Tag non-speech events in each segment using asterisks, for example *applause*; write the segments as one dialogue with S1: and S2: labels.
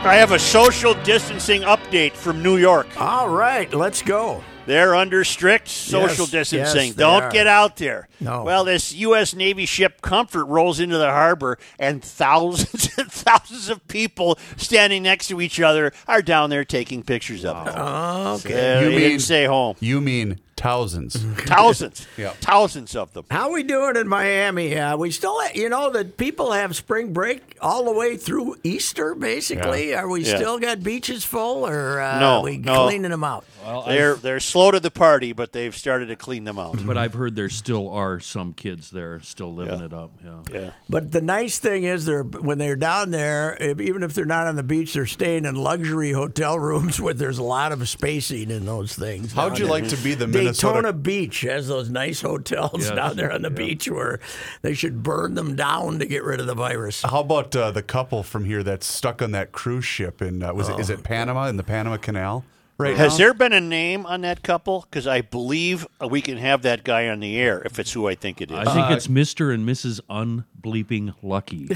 S1: I have a social distancing update from New York.
S2: All right, let's go.
S1: They're under strict social
S2: Yes,
S1: distancing.
S2: yes, they
S1: Don't
S2: are.
S1: get out there.
S2: No.
S1: Well, this U.S. Navy ship Comfort rolls into the harbor, and thousands *laughs* and thousands of people standing next to each other are down there taking pictures of it.
S2: Oh, Okay.
S1: Uh,
S3: You
S1: they didn't
S3: mean-
S1: say home.
S2: *laughs*
S3: You mean thousands.
S2: Mm-hmm.
S1: Thousands.
S3: Yeah.
S1: Thousands of them.
S2: How we doing in Miami? Uh, we still, you know, that people have spring break all the way through Easter. Basically, are we
S1: Yeah.
S2: still got beaches full, or uh,
S1: No,
S2: are we
S1: no.
S2: cleaning them out?
S1: They're they're slow to the party, but they've started to clean them out.
S4: But I've heard there still are some kids there still living it up. Yeah.
S1: Yeah.
S2: But the nice thing is, they're when they're down there, if, even if they're not on the beach, they're staying in luxury hotel *laughs* rooms where there's a lot of spacing in those things.
S3: How'd
S2: down
S3: you
S2: there.
S3: like to be the
S2: Daytona
S3: Minnesota?
S2: Beach has those nice hotels
S4: Yes.
S2: down there on the beach where they should burn them down to get rid of the virus.
S3: How about uh, the couple from here that's stuck on that cruise ship in uh, was it,
S2: Oh.
S3: is it Panama in the Panama Canal? Right.
S1: Has
S3: now?
S1: there been a name on that couple? Because I believe we can have that guy on the air if it's who I think it is.
S4: I think it's Mr. and Mrs. Unbleeping *laughs* Lucky.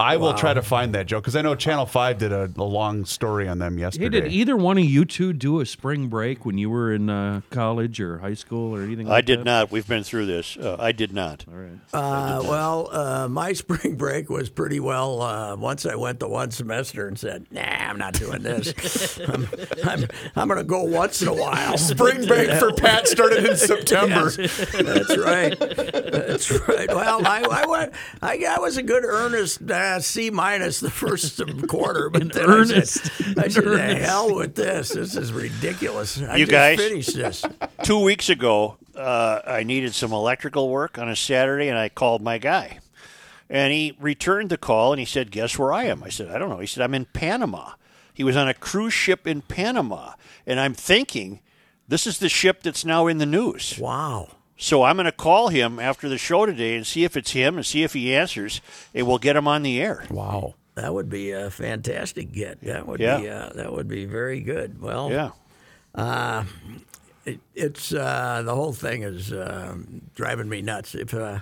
S3: I will try to find that Joe because I know Channel Five did a, a long story on them
S4: hey,
S3: yesterday.
S4: did
S2: e-
S4: either one of you two do a spring break when you were in uh, college or high school or anything?
S1: I
S4: like
S1: did
S4: that?
S1: not. We've been through this. Uh, I did not.
S2: Uh, well, uh, my *laughs* spring break was pretty well. Uh, once I went the one semester and said, "Nah, I'm not doing
S3: *laughs*
S2: this. I'm, I'm, I'm going to go once in a while."
S3: Spring break for Pat
S2: *laughs*
S3: started in September.
S2: That's right. That's right. Well, I, I went. I, I was a good earnest uh, C minus the first *laughs* quarter, but
S4: In
S2: then I said-
S4: earnest.
S2: I
S4: In
S2: said, "The
S4: earnest."
S2: hell with this. This is ridiculous." I
S1: You
S2: just
S1: guys?
S2: finished this.
S1: Two weeks ago, uh, I needed some electrical work on a Saturday, and I called my guy. And he returned the call and he said, Guess where I am? I said, I don't know. He said, I'm in Panama. He was on a cruise ship in Panama. And I'm thinking, this is the ship that's now in the news.
S2: Wow.
S1: So I'm going to call him after the show today and see if it's him and see if he answers, and we'll get him on the air.
S2: Wow. That would be a fantastic get. That would be
S1: Yeah.
S2: uh, that would be very good. Well,
S1: Yeah.
S2: it, it's uh, the whole thing is um driving me nuts. If uh,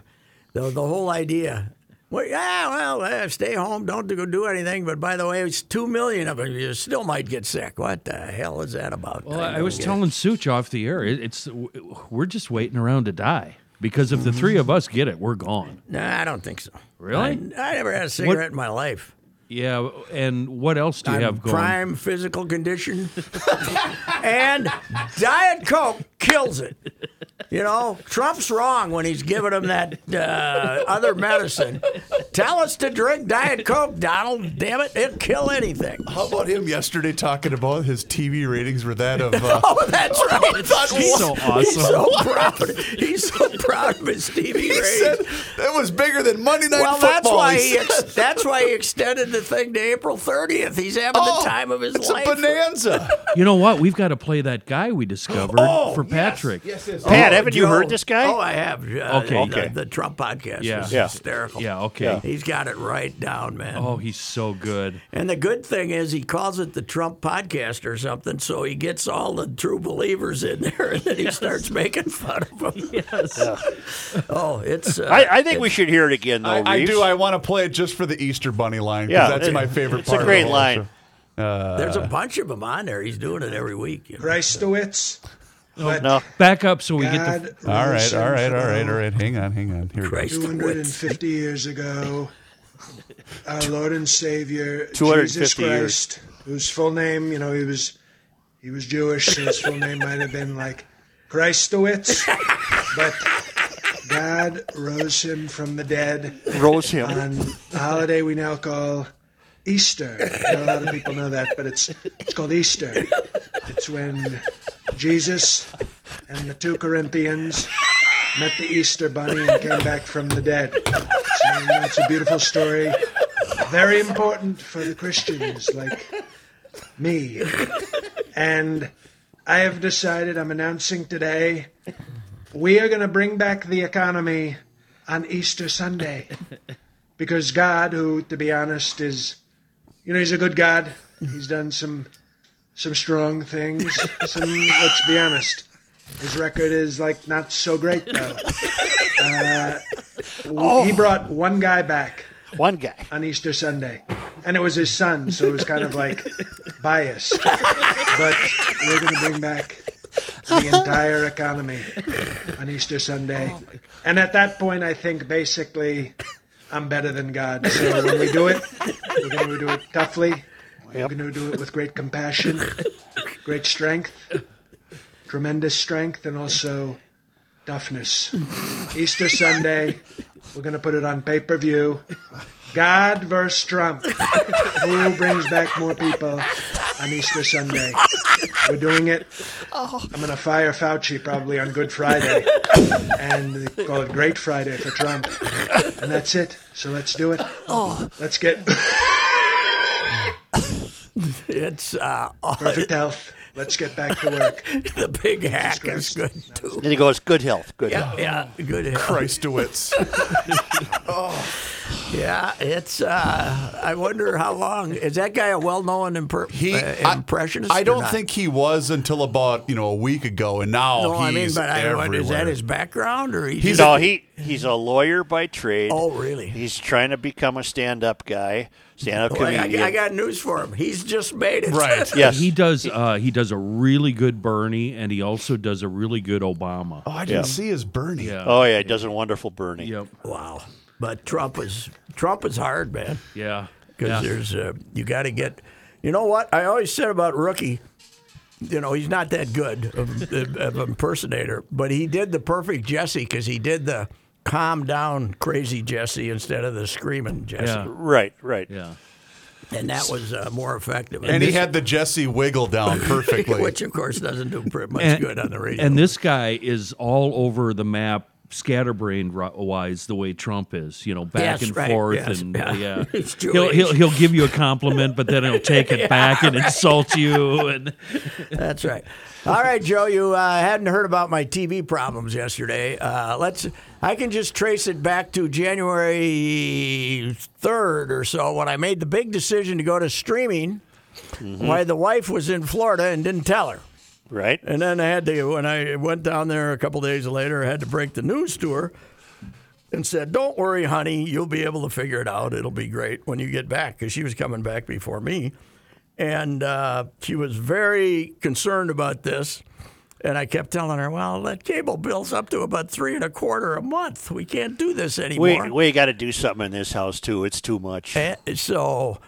S2: the the whole idea, well, yeah, well, eh, stay home, don't do, do anything. But by the way, it's two million of you still might get sick. What the hell is that about?
S4: Well, I,
S2: don't
S4: was
S2: get it.
S4: telling Such off the air, it, it's we're just waiting around to die because if the three of us get it, we're gone.
S2: No, I don't think so.
S4: Really?
S2: I, I never had a cigarette in my life.
S4: Yeah. And what else do you
S2: I'm
S4: have going?
S2: prime physical condition, *laughs* and Diet Coke kills it. You know, Trump's wrong when he's giving him that uh, other medicine. Tell us to drink Diet Coke, Donald. Damn it, it'll kill anything. *laughs*
S3: How about him yesterday talking about his TV ratings were
S2: *laughs*
S3: that of uh,
S2: Oh, that's right.
S4: He's so
S2: *laughs* He's
S4: awesome.
S2: so proud. He's so proud of his TV
S3: He said
S2: ratings.
S3: that was bigger than Monday Night
S2: Well,
S3: Football.
S2: that's why
S3: he
S2: he
S3: said.
S2: ex- that's why he extended the thing to April 30th. He's having
S3: Oh,
S2: the time of his
S3: it's
S2: life.
S3: a bonanza.
S2: *laughs*
S4: You know what? We've got to play that guy we discovered for Patrick.
S1: Pat, Haven't you heard this guy?
S2: Oh, I have. Uh,
S4: Okay.
S2: The,
S1: Okay.
S2: the Trump podcast
S4: Yeah.
S2: is
S4: Yeah.
S2: hysterical.
S4: Yeah, okay.
S2: He's got it right down, man.
S4: Oh, he's so good.
S2: And the good thing is he calls it the Trump podcast or something, so he gets all the true believers in there, and then he starts making fun of them.
S4: Yes.
S2: *laughs* Oh, it's. Uh,
S1: I, I think we should hear it again, though.
S3: I, I
S1: Reeves.
S3: do. I want to play it just for the Easter Bunny line
S1: Yeah,
S3: because that's
S1: it-
S3: my favorite
S1: it's a
S3: part. of the
S1: great
S3: whole
S1: line.
S3: show.
S2: there's a bunch of them on there. He's doing it every week. You know?
S5: Reistowitz.
S3: Oh,
S5: But
S1: No,
S4: Back up so we get the.
S5: God
S3: All right,
S5: rules him
S3: all right, all right,
S4: Oh.
S5: from
S3: all right. Hang on, hang on. Here we go.
S2: Christ.
S5: 250 years ago, our Lord and Savior
S1: 250
S5: Jesus
S1: years.
S5: Christ, whose full name, you know, he was he was Jewish, so his full name might have been like Christowitz, but God rose him from the dead
S1: rose *laughs* him.
S5: on a holiday we now call Easter. Not a lot of people know that, but it's it's called Easter. It's when Jesus and the two Corinthians met the Easter bunny and came back from the dead. So you know, it's a beautiful story. Very important for the Christians like me. And I have decided I'm announcing today we are going to bring back the economy on Easter Sunday because God, who to be honest is, you know, he's a good God. He's done some some strong things. Some let's be honest, his record is like not so great though. Uh, He brought one guy back
S1: One guy.
S5: on Easter Sunday, and it was his son, so it was kind of like biased. But we're going to bring back the entire economy on Easter Sunday, and at that point, I think basically I'm better than God. So when we do it, we're going to do it toughly. We're going to do it with great compassion, great strength, tremendous strength, and also toughness. Easter Sunday, we're going to put it on pay per view. God versus Trump. *laughs* Who brings back more people on Easter Sunday? We're doing it. I'm going to fire Fauci probably on Good Friday and they call it Great Friday for Trump. And that's it. So let's do it. Let's get
S2: It's uh, *laughs* all-
S5: perfect health. Let's get back to work.
S2: the big hack is good
S1: *laughs*
S2: too.
S1: Then he goes, "Good health, good health."
S2: Yeah, good. hell.
S3: Christowitz.
S2: *laughs* Yeah, it's. Uh, I wonder how long is that guy a well-known impre-
S3: He,
S2: uh, impressionist?
S3: I, I
S2: or
S3: don't
S2: not?
S3: think he was until about you know a week ago, and now
S2: No,
S3: he's
S2: I mean, but I
S3: everywhere.
S2: wonder, is that his background or he's,
S3: He's
S1: no, he he's a lawyer by trade.
S2: Oh, really?
S1: He's trying to become a stand-up guy, stand-up
S2: Well, Oh, I,
S1: comedian.
S2: I got news for him. He's just made it. *laughs*
S3: Right.
S1: yes,
S4: He does. Uh, he does a really good Bernie, and he also does a really good Obama.
S3: Oh, I didn't see his Bernie.
S1: Oh yeah, he does a wonderful Bernie.
S4: Yep.
S2: Wow. But Trump is Trump is hard, man.
S4: Yeah.
S2: Because
S4: Yeah.
S2: there's uh, you got to get. You know what I always said about rookie. You know he's not that good of, of, of impersonator, but he did the perfect Jesse because he did the calm down crazy Jesse instead of the screaming Jesse,
S4: Yeah.
S1: Right, right.
S4: Yeah.
S2: and that was uh, more effective.
S3: And he had the Jesse wiggle
S2: *laughs*
S3: down perfectly.
S2: which of course doesn't do pretty much good on the radio.
S4: And this guy is all over the map, scatterbrained ri- wise, the way Trump is. You know, back
S2: Yes,
S4: and
S2: right,
S4: forth,
S2: yes,
S4: and
S2: yeah. *laughs*
S4: yeah,
S2: He's
S4: he'll, he'll
S2: Jewish.
S4: he'll give you a compliment, but then he'll
S2: *laughs*
S4: take it back and insult you. And
S2: That's right. *laughs* All right, Joe, you uh, hadn't heard about my TV problems yesterday. Uh, let's. I can just trace it back to January third or so when I made the big decision to go to streaming. Why the wife was in Florida and didn't tell her,
S1: Right.
S2: and then I had to when I went down there a couple days later, I had to break the news to her and said, "Don't worry, honey, you'll be able to figure it out. It'll be great when you get back," because she was coming back before me, and uh, she was very concerned about this. And I kept telling her, "Well, that cable bill's up to about three and a quarter a month. We can't do this anymore."
S1: We we got to do something in this house too. It's too much.
S2: And so,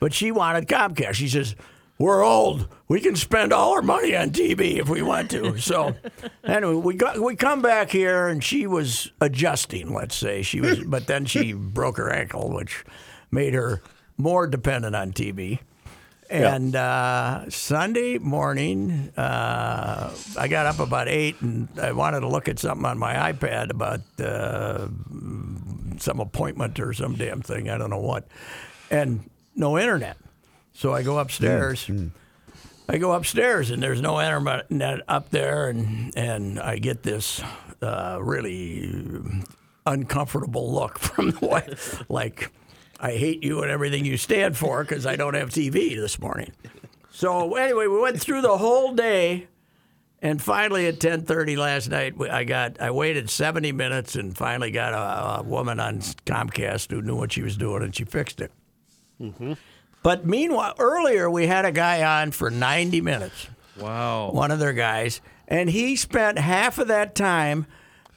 S2: but she wanted Comcast. She says, "We're old. We can spend all our money on TV if we want to." So, anyway, we got we come back here, and she was adjusting. Let's say she was, but then she broke her ankle, which made her more dependent on TV. And uh, Sunday morning, uh, I got up about eight, and I wanted to look at something on my iPad about uh, some appointment or some damn thing. I don't know what. And no internet. So I go upstairs I go upstairs and there's no internet up there, and and I get this uh, really uncomfortable look *laughs* from the wife, like I hate you and everything you stand for because I don't have TV this morning. So anyway, we went through the whole day, and finally at 10:30 last night, we- I got I waited 70 minutes and finally got a, a woman on Comcast who knew what she was doing and she fixed it. But meanwhile, earlier we had a guy on for 90 minutes,
S4: Wow.
S2: one of their guys, and he spent half of that time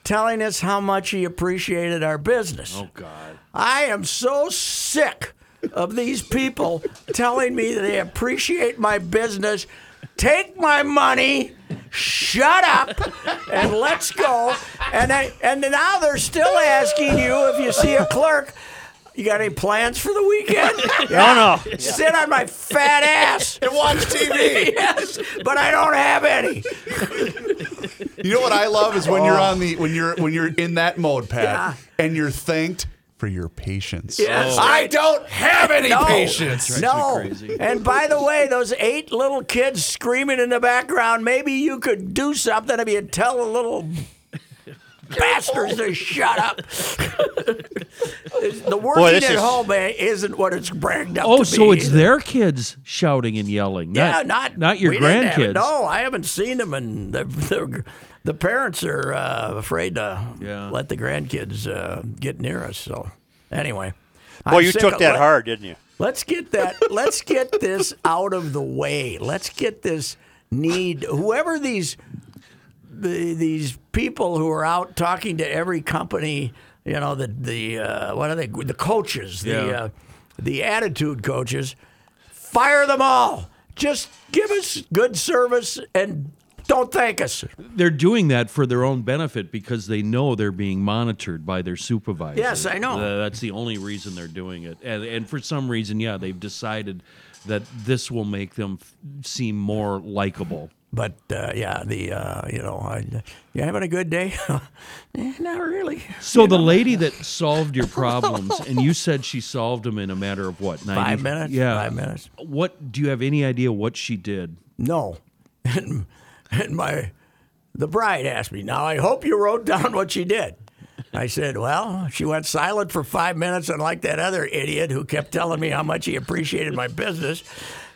S2: telling us how much he appreciated our business.
S4: Oh God.
S2: I am so sick of these people telling me that they appreciate my business. Take my money, shut up, and let's go. And I, and now they're still asking you if you see a clerk, you got any plans for the weekend?
S1: Oh no.
S2: Sit on my fat ass.
S3: And watch
S2: *laughs*
S3: TV.
S2: yes, but I don't have any.
S3: You know what I love is when you're
S2: Oh.
S3: on the when you're when you're in that mode, Pat, and you're thanked for your patience.
S2: Yes.
S3: I don't have any
S2: No.
S3: patience.
S2: No.
S4: Drives me crazy.
S2: And by the way, those eight little kids screaming in the background, maybe you could do something if you tell the
S3: *laughs*
S2: little bastards to shut up. the working
S1: this
S2: at
S1: is-
S2: home eh, isn't what it's bragged up
S4: Oh,
S2: to
S4: so
S2: be.
S4: it's their kids shouting and yelling.
S2: Yeah,
S4: not
S2: not
S4: your
S2: we didn't have
S4: grandkids.
S2: it. No, I haven't seen them, and the the, the parents are uh, afraid to
S4: Yeah.
S2: let the grandkids uh, get near us. So anyway,
S1: Boy,
S2: I'm
S1: you
S2: sick
S1: took
S2: of-
S1: that
S2: let-
S1: hard, didn't you?
S2: Let's get that. let's get this out of the way. Let's get this need. Whoever these the, these people who are out talking to every company, you know the the uh, what are they? The coaches, the
S4: Yeah.
S2: uh, the attitude coaches. Fire them all. Just give us good service and don't thank us.
S4: They're doing that for their own benefit because they know they're being monitored by their supervisor.
S2: Yes, I know.
S4: Uh, that's the only reason they're doing it. And, and for some reason, yeah, they've decided that this will make them f- seem more likable.
S2: But uh, yeah, the uh, you know, I, you having a good day? *laughs* Eh, Not really.
S4: So the lady that
S2: *laughs*
S4: solved your problems, and you said she solved them in a matter of what? 90,
S2: Five minutes?
S4: Yeah.
S2: Five minutes.
S4: What do you have any idea what she did?
S2: No. *laughs* And, and my the bride asked me, Now I hope you wrote down what she did. I said, Well, she went silent for five minutes, unlike that other idiot who kept telling me how much he appreciated my business.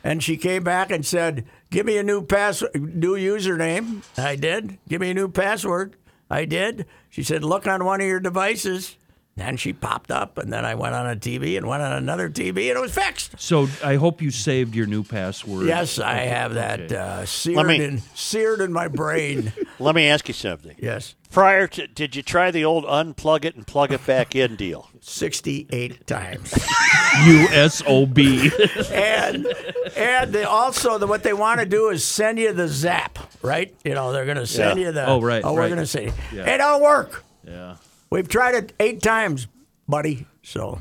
S2: And she came back and said, Give me a new pass new username. I did. Give me a new password. I did. She said, Look on one of your devices. And she popped up, and then I went on a TV and went on another TV, and it was fixed.
S4: So I hope you saved your new password.
S2: Yes, I have that uh, seared
S1: me-
S2: in seared in my brain. *laughs*
S1: Let me ask you something.
S2: yes,
S1: Prior to, did you try the old unplug it and plug it back in
S4: *laughs*
S1: deal?
S2: sixty-eight times. *laughs*
S4: USOB.
S2: and and they also the, what they want to do is send you the zap, right? You know, they're going to send
S1: Yeah.
S2: you the.
S4: Oh, right,
S2: Oh, we're
S4: right.
S2: going to see.
S4: Yeah.
S2: It don't work.
S4: yeah.
S2: We've tried it eight times, buddy. So.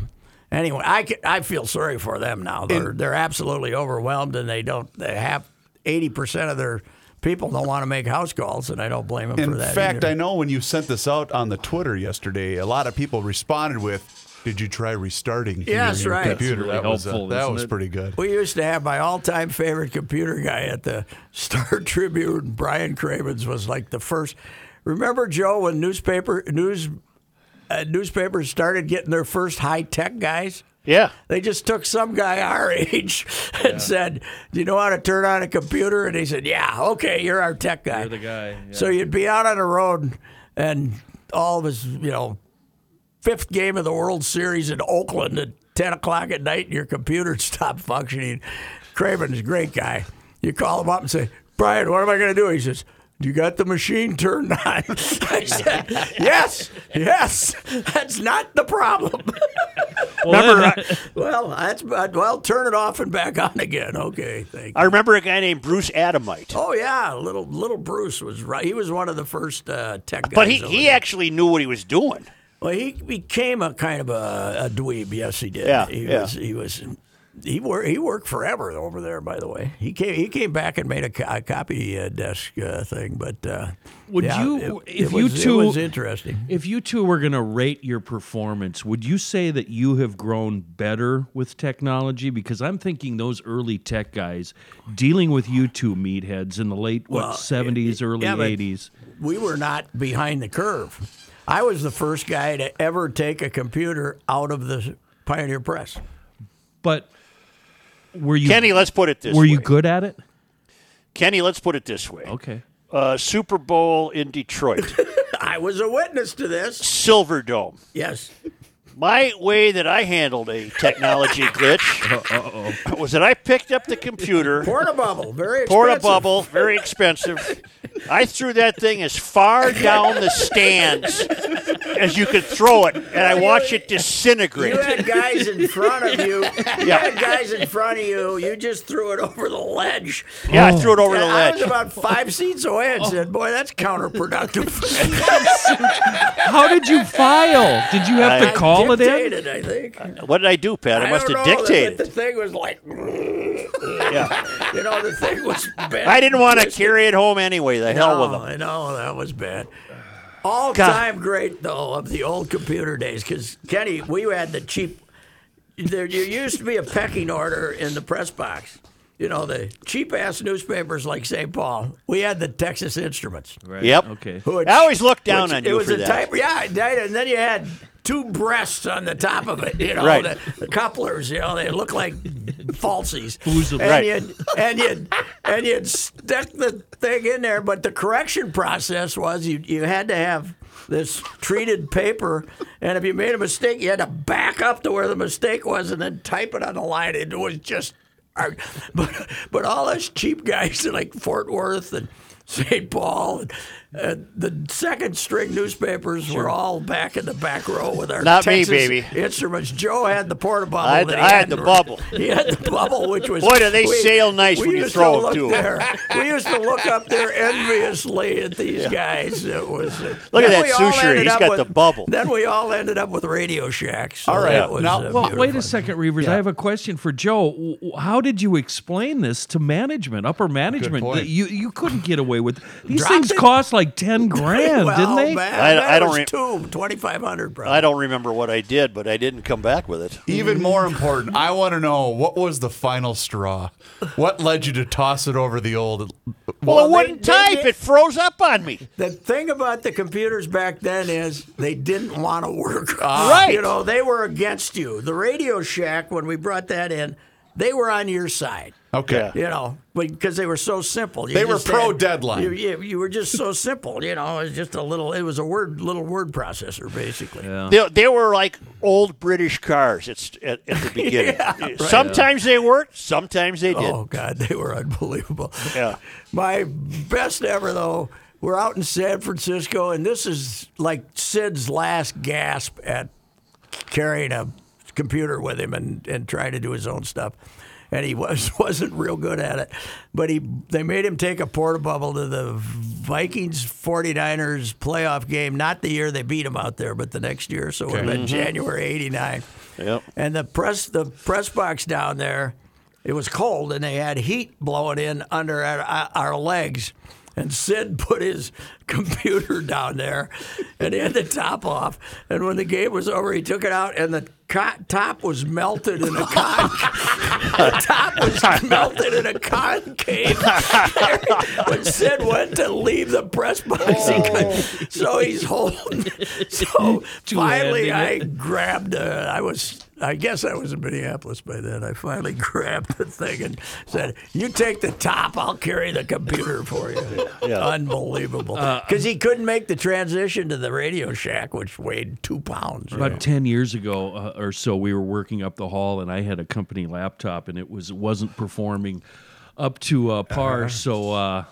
S2: Anyway, I, ca- I feel sorry for them now. They're, they're absolutely overwhelmed, and they don't. They have eighty percent of their people don't want to make house calls, and I don't blame them for
S3: Oh. In
S2: that.
S3: fact,
S2: either.
S3: I know when you sent this out on the Twitter yesterday, a lot of people responded with, "Did you try restarting your-
S2: Yes,
S3: your
S2: right.
S3: computer?"
S4: That's really
S3: that was uh,
S4: helpful,
S3: that
S4: isn't
S3: was
S4: it?
S3: pretty
S2: *laughs*
S3: good.
S2: We used to have my all-time favorite computer guy at the Star *laughs* Tribune. Brian Cravens was like the first. Remember Joe when newspaper news uh, newspapers started getting their first high-tech guys?
S1: Yeah.
S2: They just took some guy our *laughs* age and said, "Do you know how to turn on a computer?" And he said, "Yeah, okay, you're our tech guy."
S4: You're the guy. yeah.
S2: So you'd be out on the road, and all of his, you know, fifth game of the World Series in Oakland at 10 o'clock at night, and your computer *laughs* stopped functioning. Craven's a great guy. You call him up and say, Brian, what am I going to do? He says, you got the machine turned *laughs* on. I said, yes, yes, that's not the problem.
S4: Well, then- uh,
S2: *laughs* well, that's well, turn it off and back on again. Okay, thank you.
S1: I remember a guy named Bruce Adamite.
S2: Oh yeah, little little Bruce was right. He was one of the first uh, tech guys.
S1: But he,
S2: over
S1: he
S2: there.
S1: actually knew what he was doing.
S2: well he became a kind of a, a dweeb. Yes, he did.
S1: Yeah,
S2: he
S1: yeah.
S2: was he was He worked. He worked forever over there. By the way, he came. He came back and made a, co- a copy uh, desk uh, thing. But uh,
S4: Would
S2: yeah,
S4: you-
S2: it-
S4: if
S2: it
S4: you
S2: was-
S4: two-
S2: it was interesting.
S4: If you two were going to rate your performance, would you say that you have grown better with technology? Because I'm thinking those early tech guys dealing with you two meatheads in the late what 70s, early
S2: yeah, but-
S4: 80s.
S2: We were not behind the curve. I was the first guy to ever take a computer out of the Pioneer Press.
S4: But were you
S1: Kenny, let's put it this
S4: were
S1: way.
S4: you good at it?
S1: Kenny, let's put it this way.
S4: Okay.
S1: Uh, Super Bowl in
S2: *laughs*
S1: Detroit,
S2: I was a witness to this.
S1: Silver Dome.
S2: Yes.
S1: My way that I handled a technology
S4: *laughs*
S1: glitch was that I picked up the computer,
S2: Portobubble, very expensive.
S1: poured a bubble, very expensive. I threw that thing as far down the stands as you could throw it, and I watched it disintegrate.
S2: You had guys in front of
S1: *laughs*
S2: you. You
S1: Yeah.
S2: had guys in front of you. You just threw it over the ledge.
S1: Yeah, I threw it over the
S2: I was
S1: ledge.
S2: about five seats away and said, "Boy, that's counterproductive."
S1: *laughs*
S4: How did you file? Did you have
S1: I
S4: to call it in?
S2: Dictated, I think. I,
S1: What did I do, Pat? I, must
S2: don't
S1: have
S2: know, but
S1: dictated.
S2: *laughs* The thing was like,
S1: Yeah.
S2: you know, the thing was bad.
S1: I didn't
S2: *laughs*
S1: want to carry it home anyway. The hell with
S2: No,
S1: them.
S2: Oh, I know that
S1: *sighs*
S2: was bad. All time great though of the old computer days because Kenny, we had the cheap. There, you used to be a pecking order in the press box. You know the cheap ass newspapers like St. Paul. We had the Texas Instruments.
S1: Yep.
S4: Okay.
S2: who had-
S1: I always look down
S2: which-
S1: on
S2: It
S1: you
S2: was
S1: for
S2: a
S1: that.
S2: type, yeah, I did, and then you had two breasts on the top of it. You know,
S1: Right.
S2: the, the couplers. You know, they look like falsies.
S4: Who's the-
S2: and
S1: Right.
S2: You'd, and you'd and you'd stick the thing in there, but the correction process was you you had to have this treated paper, and if you made a mistake, you had to back up to where the mistake was and then type it on the line. It was just. art. *laughs* But but all us cheap guys like Fort Worth and St. Paul and, and the second string newspapers were all back in the back row with our
S1: Not me,
S2: Texas
S1: baby.
S2: instruments. Joe had the porta bubble.
S1: I had-
S2: that he
S1: I had the bubble.
S2: *laughs* He had the bubble, which was
S1: Boy, do they sail nice
S2: we
S1: when you
S2: used
S1: throw 'em,
S2: to look
S1: too.
S2: There. We used to look up there
S1: *laughs*
S2: enviously at these guys. It was uh,
S1: Look at that
S2: Then we all
S1: sushi.
S2: ended
S1: He's
S2: up
S1: got
S2: with-
S1: the bubble.
S2: Then we all ended up with Radio Shack. So
S3: All right,
S2: that was,
S3: now-
S2: uh,
S3: well,
S4: Well, wait
S2: beautiful.
S4: a second, Reavers. I have a question for Joe. W- w- How did you explain this to management, upper management?
S3: point.
S4: That You you couldn't get away with these
S2: Dropped
S4: things.
S2: it?
S4: Cost
S2: *laughs*
S4: like ten grand,
S2: well,
S4: didn't they?
S2: Man,
S1: I-
S2: that
S1: I don't
S2: was
S1: re-
S2: two, 2,500, probably.
S1: I don't remember what I did, but I didn't come back with it.
S3: Even more important, I want to know what was the final straw? What led you to toss it over the old?
S1: Well, it
S2: they-
S1: wouldn't
S2: they
S1: type.
S2: did-
S1: It froze up on me.
S2: The thing about the computers back then is they didn't want to
S3: *laughs*
S2: work.
S1: Right.
S2: You know, they were against you. The Radio Shack, when we brought that in, they were on your side.
S3: Okay.
S1: Yeah.
S2: You know, because they were so simple. You
S3: They were
S2: just
S3: pro
S2: had-
S3: deadline.
S2: You, you, you were just so simple. You know, it was just a little. It was a word, little word processor, basically.
S1: They, they were like old British cars at, st- at, at the
S2: *laughs*
S1: beginning. sometimes they worked, sometimes they didn't.
S2: Oh God, they were unbelievable.
S1: Yeah.
S2: My best ever though. We're out in San Francisco, and this is like Sid's last gasp at carrying a computer with him and, and trying to do his own stuff. And he was *laughs* wasn't real good at it. But he they made him take a porta bubble to the Vikings 49ers playoff game, not the year they beat him out there, but the next year. So we're in January eighty nine.
S1: Yep.
S2: And the press the press box down there, it was cold and they had heat blowing in under our, our legs. And Sid *laughs* put his computer down there and he had the top off. And when the game was over, he took it out and the co- top was melted in a con. *laughs* the top was melted in a concave. *laughs* when Sid went to leave the press box, he could, so he's holding. *laughs* So finally,
S4: Two-handing it.
S2: I I grabbed. Uh, I was. I guess I was in Minneapolis by then. I finally *laughs* grabbed the thing and said, "You take the top. I'll carry the computer for you." Unbelievable. Because he couldn't make the transition to the Radio Shack, which weighed two pounds.
S4: About ten years ago uh, or so, we were working up the hall, and I had a company laptop,
S2: Uh-huh.
S4: and it was wasn't performing up to uh, par. So uh,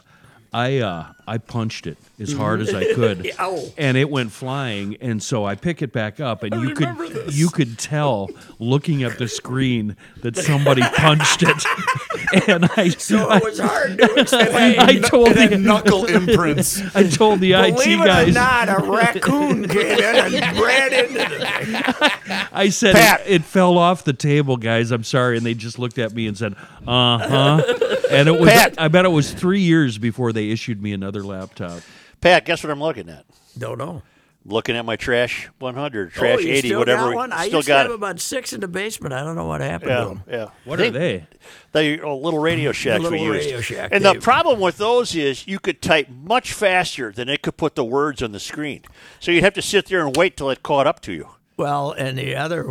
S4: I uh, I punched it as hard as
S2: *laughs*
S4: I could,
S2: Ow.
S4: and it went flying. And so I pick it back up, and you could you could tell looking at the screen
S2: *laughs*
S4: that somebody punched it, *laughs* and
S2: *laughs*
S4: I
S2: So it was hard *laughs* to explain.
S4: I told
S3: It had
S4: the
S3: knuckle imprints.
S4: *laughs* I told the IT
S2: Believe it or
S4: guys
S2: not, a *laughs* raccoon came in and ran into the thing.
S4: I said
S1: Pat.
S4: it, it fell off the table, guys. I'm sorry, and they just looked at me and said, "Uh huh." And it was
S1: Pat.
S4: I bet it was three years before they issued me another laptop.
S1: Pat, guess what I'm looking at?
S2: Don't know.
S1: Looking at my trash 100, trash
S2: oh, you
S1: 80,
S2: still
S1: whatever.
S2: Got one? I
S1: Still
S2: used to
S1: got
S2: have
S1: it.
S2: about six in the basement. I don't know what happened to
S1: Yeah,
S2: them.
S1: yeah.
S4: What
S1: They-
S4: are they?
S1: They are little radio shacks
S2: Little
S1: we used.
S2: Radio Shack,
S1: and the
S2: Dave.
S1: problem with those is you could type much faster than it could put the words on the screen. So you'd have to sit there and wait till it caught up to you.
S2: Well, and the other,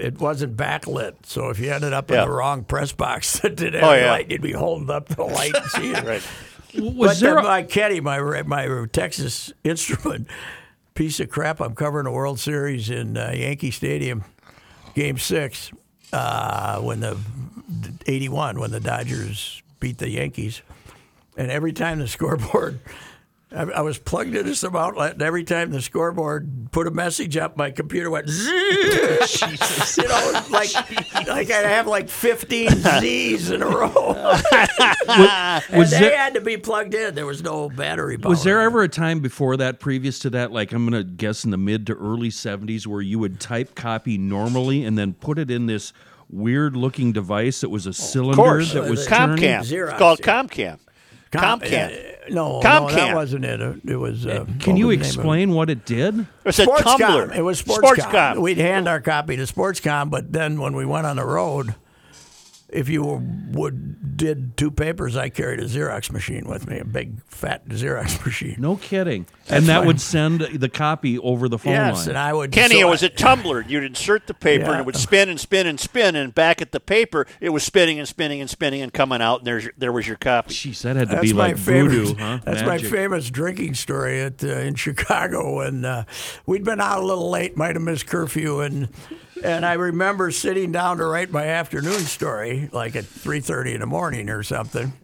S2: it wasn't backlit, so if you ended up in
S1: Yeah.
S2: the wrong press box *laughs* that did have
S1: Oh, yeah.
S2: light, you'd be holding up the light and see
S1: *laughs*
S2: it.
S1: Right.
S4: Was
S2: but
S4: there?
S2: then
S4: a-
S2: my caddy, my my Texas *laughs* instrument piece of crap. I'm covering the World Series in uh, Yankee Stadium, Game Six, uh, when the '81 when the Dodgers beat the Yankees, and every time the *laughs* scoreboard. I, I was plugged into some outlet, and every time the scoreboard put a message up, my computer went *laughs* zzzz. you know, like like I'd have like 15 Z's in a row. *laughs*
S4: was
S2: they
S4: there?
S2: had to be plugged in. There was no battery power.
S4: Was there ever a time before that, previous to that, like I'm gonna guess in the mid to early '70s, where you would type copy normally and then put it in this weird-looking device that was a
S1: Of
S4: cylinder
S1: course.
S4: that was
S1: Comcam.
S4: turning?
S2: Xerox,
S1: it's called
S2: yeah.
S1: Comcam.
S2: Com-
S1: Comcam.
S2: uh, no, no,
S1: Comcam.
S2: that wasn't it. Uh, It was. Uh, what
S4: Can you
S2: was the name of it?
S4: explain what it did?
S1: It's a
S2: Sportscom.
S1: tumbler.
S2: It was Sportscom.
S1: Sportscom.
S2: We'd hand our copy to Sportscom, but then when we went on the road, if you were- would did two papers, I carried a Xerox machine with me, a big fat Xerox *laughs* machine.
S4: No kidding. and that
S2: fine.
S4: would send the copy over the phone
S2: yes,
S4: line.
S2: and I would.
S1: Kenny,
S2: so
S1: it was
S2: I-
S1: a tumbler. You'd insert the paper and
S2: Yeah.
S1: it would spin and spin and spin, and back at the paper, it was spinning and spinning and spinning and coming out, and there's your, there was your copy.
S4: Jeez, that had to
S2: That's
S4: be
S2: my
S4: like
S2: favorite.
S4: voodoo,
S2: *laughs*
S4: huh?
S2: That's my
S4: Magic.
S2: famous drinking story at uh, in Chicago, and uh, we'd been out a little late, might have missed curfew, and and I remember sitting down to write my afternoon story, like at three thirty in the morning or something,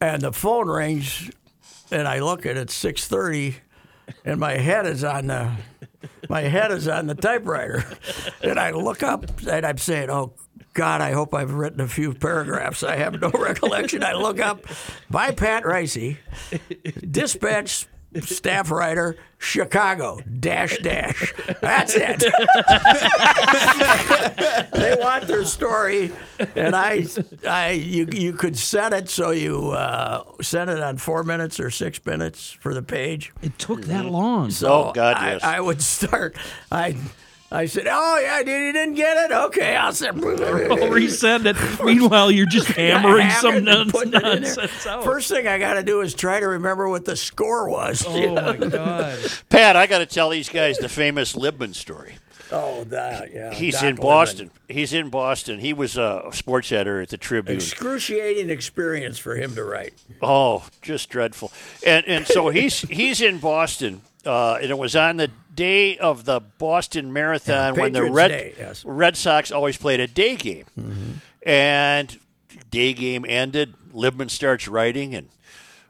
S2: and the phone rings, and I look at it six thirty, and my head is on the. My head is on the typewriter, and I look up and I'm saying, "Oh God, I hope I've written a few paragraphs." I have no *laughs* recollection. I look up, by Pat Ricey, dispatch staff writer, Chicago dash dash. That's it. *laughs* they want their story, and I, I, you, you could set it so you uh, set it on four minutes or six minutes for the page.
S4: It took that long.
S1: Oh, God,
S2: I,
S1: yes.
S2: I would start. I I said, "Oh yeah, dude, you didn't get it. Okay, I'll *laughs* send."
S4: I'll
S1: Oh,
S4: resend it. Meanwhile, you're
S2: *laughs*
S4: just hammering some nuts. nonsense out.
S2: First thing I got to do is try to remember what the score was. *laughs*
S4: oh my god!
S1: Pat, I got to tell these guys the famous Libman story.
S2: Oh, that, yeah.
S1: He's
S2: Doc
S1: in
S2: Liman.
S1: Boston. He's in Boston. He was a sports editor at the Tribune.
S2: Excruciating experience for him to write.
S1: Oh, just dreadful. And and so
S2: *laughs*
S1: he's he's in Boston, uh, and it was on the day of the Boston Marathon
S2: Yeah,
S1: when the
S2: Patriots
S1: Red
S2: Day, yes. Mm-hmm.
S1: Red Sox always played a day game, and day game ended. Libman starts writing and.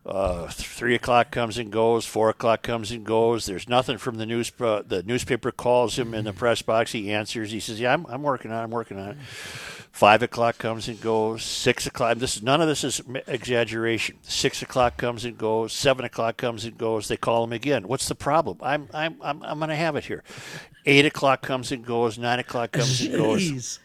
S1: Uh, three o'clock comes and goes. Four o'clock comes and goes. There's nothing from the news. Uh, the newspaper calls him in the press box. He answers. He says, "Yeah, I'm, I'm working on. it. I'm working on it." Five o'clock comes and goes. Six o'clock. This is none of this is m- exaggeration. Six o'clock comes and goes. Seven o'clock comes and goes. They call him again. What's the problem? I'm I'm I'm, I'm going to have it here. Eight o'clock comes and goes. Nine o'clock comes and goes.
S4: Jeez.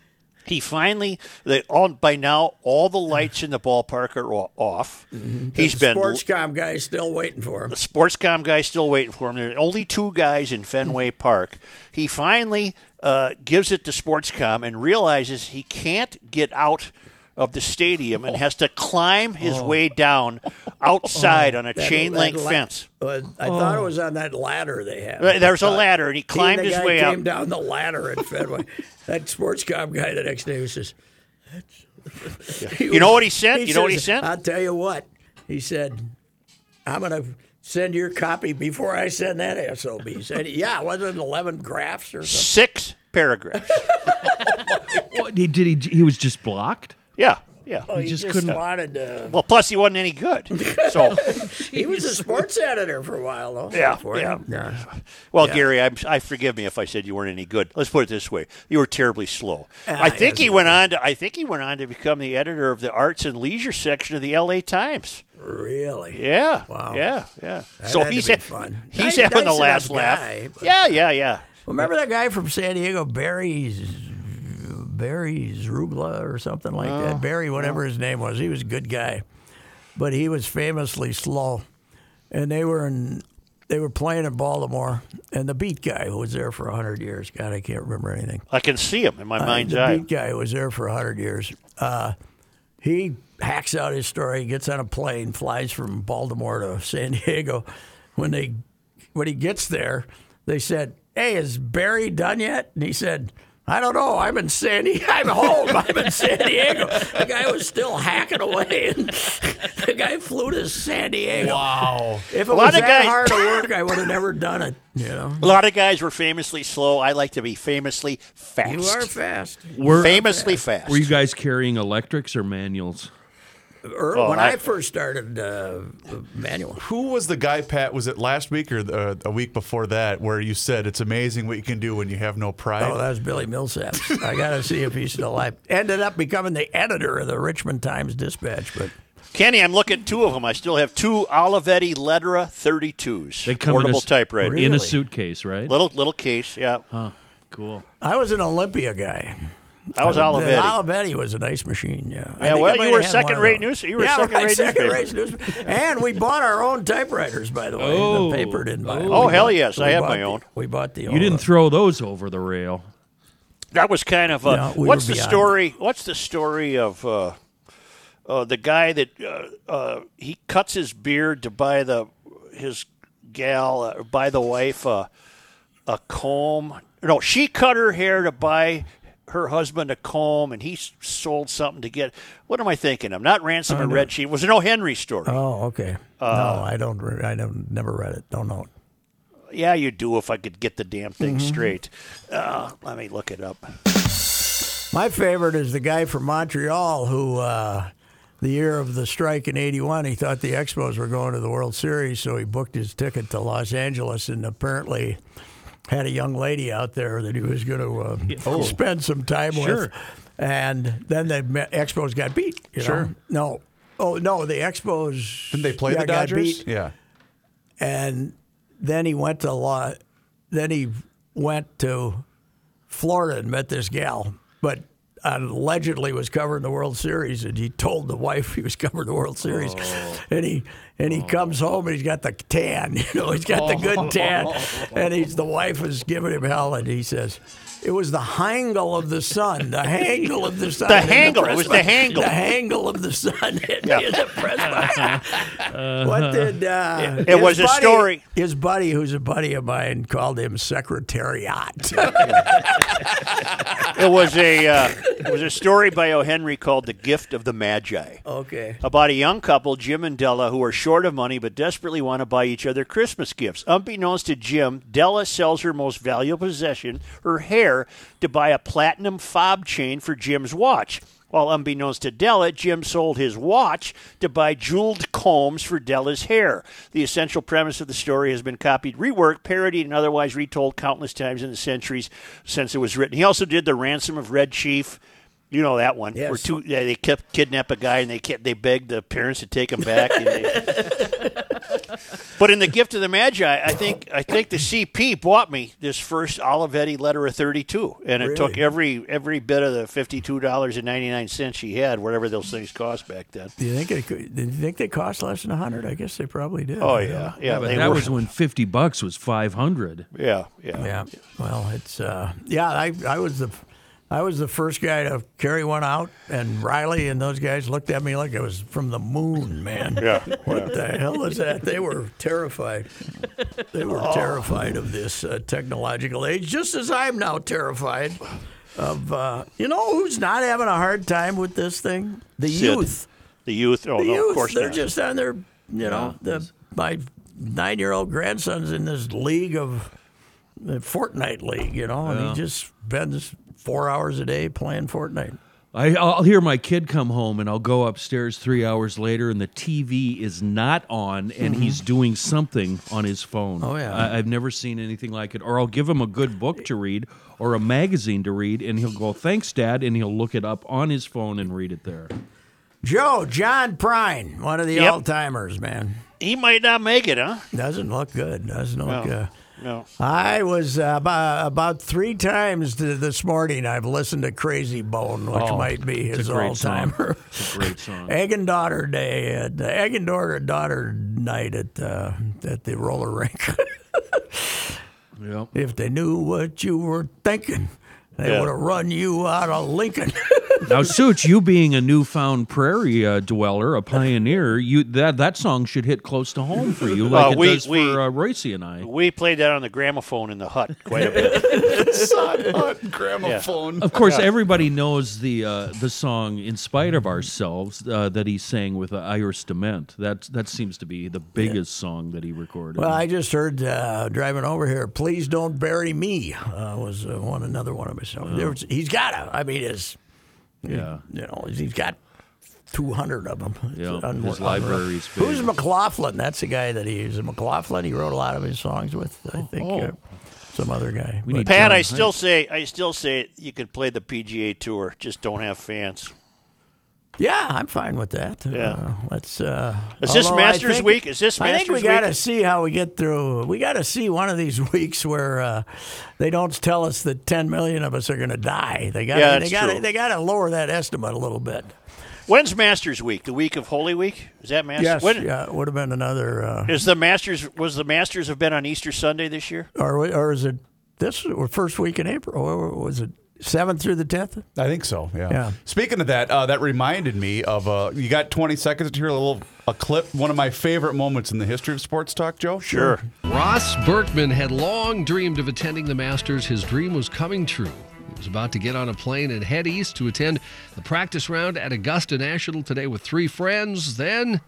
S1: He finally they all by now all the lights in the ballpark are o- off. He's been
S2: Sportscom guy still waiting for him.
S1: the sportscom guy still waiting for him. There are only two guys in Fenway Park. He finally uh, gives it to sportscom and realizes he can't get out of the stadium and has to climb his way
S2: *laughs*
S1: down outside on a chain
S2: Oh. That
S1: link
S2: la-
S1: fence.
S2: Uh, I thought it was on that ladder they have.
S1: Right, There's a ladder, and he
S2: Uh, He and
S1: climbed
S2: the
S1: his
S2: guy
S1: way
S2: came
S1: out.
S2: down the ladder at Fenway. *laughs* that Sportscom guy the next day was just. *laughs*
S1: You know what he said? You know what he
S2: says,
S1: said?
S2: I'll tell you what. He said, I'm going to send your copy before I send that SOB.
S1: *laughs*
S2: He said, yeah, wasn't it 11 graphs or something? *laughs*
S1: Six paragraphs.
S4: What, did he? He was just blocked.
S1: yeah. Yeah.
S2: Oh, he
S4: just
S2: just,
S4: couldn't-
S1: *laughs*
S2: wanted to.
S1: Well, plus he wasn't any
S2: *laughs*
S1: good. So,
S2: He was a sports editor for a while, though.
S1: Yeah,
S2: for him. yeah.
S1: *laughs* well, Gary, I'm, I forgive me if I said you weren't any good. Let's put it this way: you were terribly slow.
S2: Ah,
S1: I think he went on to. I think he went on to become the editor of the arts and leisure section of the L.A. Times.
S2: Really?
S1: Yeah.
S2: Wow.
S1: Yeah. Yeah.
S2: That
S1: so
S2: had to
S1: he's
S2: be
S1: ha-
S2: fun.
S1: he's
S2: Nice-
S1: having the
S2: nice
S1: last
S2: enough
S1: laugh.
S2: guy, but-
S1: yeah. Yeah. Yeah.
S2: Remember that guy from San Diego, Barry, Barry Zrubla or something like that? Barry, whatever his name was. He was a good guy, but he was famously slow. And they were in, they were playing in Baltimore, and the beat guy who was there for hundred years. God, I can't remember anything.
S1: I can see him in my mind's
S2: the
S1: eye.
S2: beat guy who was there for hundred years. Uh, he hacks out his story, gets on a plane, flies from Baltimore to San *laughs* Diego. When they when he gets there, they said, "Hey, is Barry done yet?" And he said. I don't know. I'm in San *laughs* Diego. I'm home. I'm in San Diego. The guy was still hacking away, *laughs* and the guy flew to San Diego.
S3: Wow.
S2: If it
S1: lot
S2: was
S1: of
S2: that
S1: guys-
S2: hard of work, I would have never done it. You know,
S1: A lot of guys were famously slow. I like to be famously fast.
S2: you are fast.
S4: Were,
S1: famously fast.
S4: were you guys carrying electrics or manuals?
S2: Or
S1: Oh,
S2: when
S1: I-
S2: I, first started uh, manual,
S3: Who was the guy, Pat? Was it last week or uh, a week before that, where you said it's amazing what you can do when you have no pride?
S2: Oh, that was Billy Millsap. I got to see if he's still alive. Ended up becoming the editor of the Richmond Times Dispatch, but
S1: Kenny, I'm looking at two of them. I still have two Olivetti Lettera 32s.
S4: They come in a
S1: portable
S4: s-
S1: typewriter.
S4: in
S2: Really?
S4: a suitcase, right?
S1: Little little case, yeah.
S4: Cool.
S2: I was an Olympia guy.
S1: I was
S2: The
S1: Olivetti.
S2: Olivetti was a nice machine, yeah. I
S1: Yeah,
S2: think
S1: well,
S2: I might
S1: you were
S2: have had one of
S1: second-rate
S2: those.
S1: news- you were
S2: Yeah,
S1: second-rate
S2: right,
S1: newspaper.
S2: second-rate newspaper. And we bought our own typewriters, by the way.
S4: Oh.
S2: the paper didn't buy them.
S1: Oh,
S2: We
S1: hell
S2: bought-
S1: yes, I
S2: we
S1: have
S2: bought
S1: my
S2: the-
S1: own.
S2: We bought the old
S4: You didn't
S2: one.
S4: throw those over the rail.
S1: that was kind of a.
S2: No, we
S1: what's the
S2: were beyond.
S1: story? What's the story of uh, uh, the guy that uh, uh, he cuts his beard to buy the his gal uh, buy the wife uh, a comb? No, she cut her hair to buy her husband a comb, and he s- sold something to get. What am I thinking? I'm not ransom and red sheet. It was an O. Henry story.
S2: Oh, okay.
S1: Uh,
S2: no, I don't. Re- I don't. Never read it. Don't know it.
S1: Yeah, you do if I could get the damn thing
S2: Mm-hmm.
S1: straight. Uh, let me look it up.
S2: My favorite is the guy from Montreal who, uh, the year of the strike in '81, he thought the Expos were going to the World Series, so he booked his ticket to Los Angeles, and apparently had a young lady out there that he was going to uh,
S3: Oh.
S2: spend some time with. And then the Me- Expos got beat. You sure. No. Oh no, the Expos
S3: Didn't they play
S2: yeah,
S3: the
S2: got
S3: Dodgers?
S2: beat
S3: Yeah.
S2: and then he went to law. Then he went to Florida and met this gal, but allegedly was covering the World Series, and he told the wife he was covering the World Series,
S1: Oh.
S2: and he and he comes home and he's got the tan, *laughs* you know, he's got the
S1: Oh.
S2: good
S1: *laughs*
S2: tan, and he's the wife is giving him hell, and he says. It was the hangle of the sun, the hangle of the sun.
S1: The
S2: in
S1: hangle, it
S2: press
S1: was the
S2: box.
S1: hangle.
S2: The hangle of the sun *laughs* in the press
S1: *laughs*
S2: box. What did uh,
S1: It was
S2: his
S1: a story.
S2: His buddy, who's a buddy of mine, called him Secretariat.
S1: It was a uh, it was a story by O. Henry called "The Gift of the Magi."
S2: okay.
S1: About a young couple, Jim and Della, who are short of money but desperately want to buy each other Christmas gifts. Unbeknownst to Jim, Della sells her most valuable possession, her hair, to buy a platinum fob chain for Jim's watch. While unbeknownst to Della, Jim sold his watch to buy jeweled combs for Della's hair. The essential premise of the story has been copied, reworked, parodied, and otherwise retold countless times in the centuries since it was written. He also did The Ransom of Red Chief. You know that one.
S2: Yes.
S1: Where two, yeah, they kept kidnap a guy and they kept, they begged the parents to take him back. and they- *laughs* but in the gift of the Magi, I think I think the CP bought me this first Olivetti letter of thirty two, and it took every every bit of the fifty two dollars and ninety nine cents she had, whatever those things cost back then.
S2: Do you think it, could- do you think they cost less than hundred? I guess they probably did.
S1: Oh yeah, yeah,
S4: But
S1: they
S4: that
S1: were-
S4: was when 50 bucks was 500.
S1: *laughs* yeah, yeah,
S2: Yeah. Well, it's uh, yeah. I I was the. I was the first guy to carry one out, and Riley and those guys looked at me like I was from the moon, man.
S1: yeah.
S2: *laughs* What the hell is that? They were terrified. They were
S1: Oh.
S2: terrified of this uh, technological age, just as I'm now terrified of. Uh, you know who's not having a hard time with this thing? The
S1: Sid.
S2: youth.
S1: The youth, oh
S2: The
S1: no,
S2: youth.
S1: of course
S2: They're
S1: not.
S2: just on their. You know, the, my nine-year-old grandson's in this league of the Fortnite league. You know, and he just spends four hours a day playing Fortnite.
S4: I, I'll hear my kid come home, and I'll go upstairs three hours later, and the TV is not on, and he's doing something on his phone. Oh
S2: Mm-hmm. yeah.
S4: I, I've never seen anything like it. Or I'll give him a good book to read or a magazine to read, and he'll go, "Thanks, Dad," and he'll look it up on his phone and read it there.
S2: Joe, John Prine, one of the
S1: Yep.
S2: all timers, man.
S1: He might not make it, huh?
S2: Doesn't look good. Doesn't look good.
S1: No.
S2: I was uh, about, about three times th- this morning. I've listened to Crazy Bone, which
S4: Oh,
S2: might be
S4: it's a
S2: his
S4: great
S2: all *laughs* timer.
S4: song. It's a
S2: *laughs*
S4: great song.
S2: Egg and daughter day, at, uh, egg and daughter daughter night at uh, at the roller rink. *laughs*
S4: Yep.
S2: if they knew what you were thinking, they
S1: Yeah.
S2: would have run you out of Lincoln.
S4: Now, Suits, you being a newfound prairie uh, dweller, a pioneer, you that that song should hit close to home for you, like
S1: Well,
S4: it
S1: we-
S4: does
S1: we-
S4: for uh, Royce and I.
S1: We played that on the gramophone in the hut quite a bit.
S3: Sod Hut gramophone.
S4: Of course, everybody knows the uh, the song "In Spite of Ourselves" uh, that he sang with uh, Iris Dement. That that seems to be the biggest song that he recorded.
S2: well, I just heard uh, driving over here. Please don't bury me. Uh, was uh, one another one of his songs. There was, he's got a. I mean, his
S4: Oh. yeah,
S2: you know he's got two hundred of them. It's
S4: yeah.
S2: un- unreal.
S4: His library's big.
S2: Who's McLaughlin? That's the guy that he is. McLaughlin. He wrote a lot of his songs with, I think, uh, some other guy.
S4: Oh, We
S2: But-
S4: need
S1: Pat,
S4: John
S1: I
S4: Hyatt.
S1: still say I still say you could play the PGA tour, just don't have fans.
S2: yeah, I'm fine with that.
S1: Yeah.
S2: Uh, let's. Uh,
S1: Is this
S2: although I
S1: Masters
S2: think-
S1: week? Is this
S2: I think we
S1: Masters
S2: got to
S1: week?
S2: see how we get through. We got to see one of these *laughs* weeks where uh, they don't tell us that 10 million of us are going to die. They got.
S1: Yeah,
S2: they
S1: that's
S2: got.
S1: true.
S2: They got to lower that estimate a little bit.
S1: When's Masters week? The week of Holy Week? Is that Masters? When,
S2: yeah, it would have been another. Uh,
S1: Is the Masters was the Masters have been on Easter Sunday this year?
S2: or or is it this or first week in April? Or was it seventh through the tenth?
S3: I think so. Yeah.
S2: Yeah.
S3: Speaking of that, uh, that reminded me of uh, you got 20 seconds to hear a little a clip. One of my favorite moments in the history of sports talk, Joe. Sure.
S6: Ross Berkman had long dreamed of attending the Masters. His dream was coming true. He was about to get on a plane and head east to attend the practice round at Augusta National today with three friends. Then,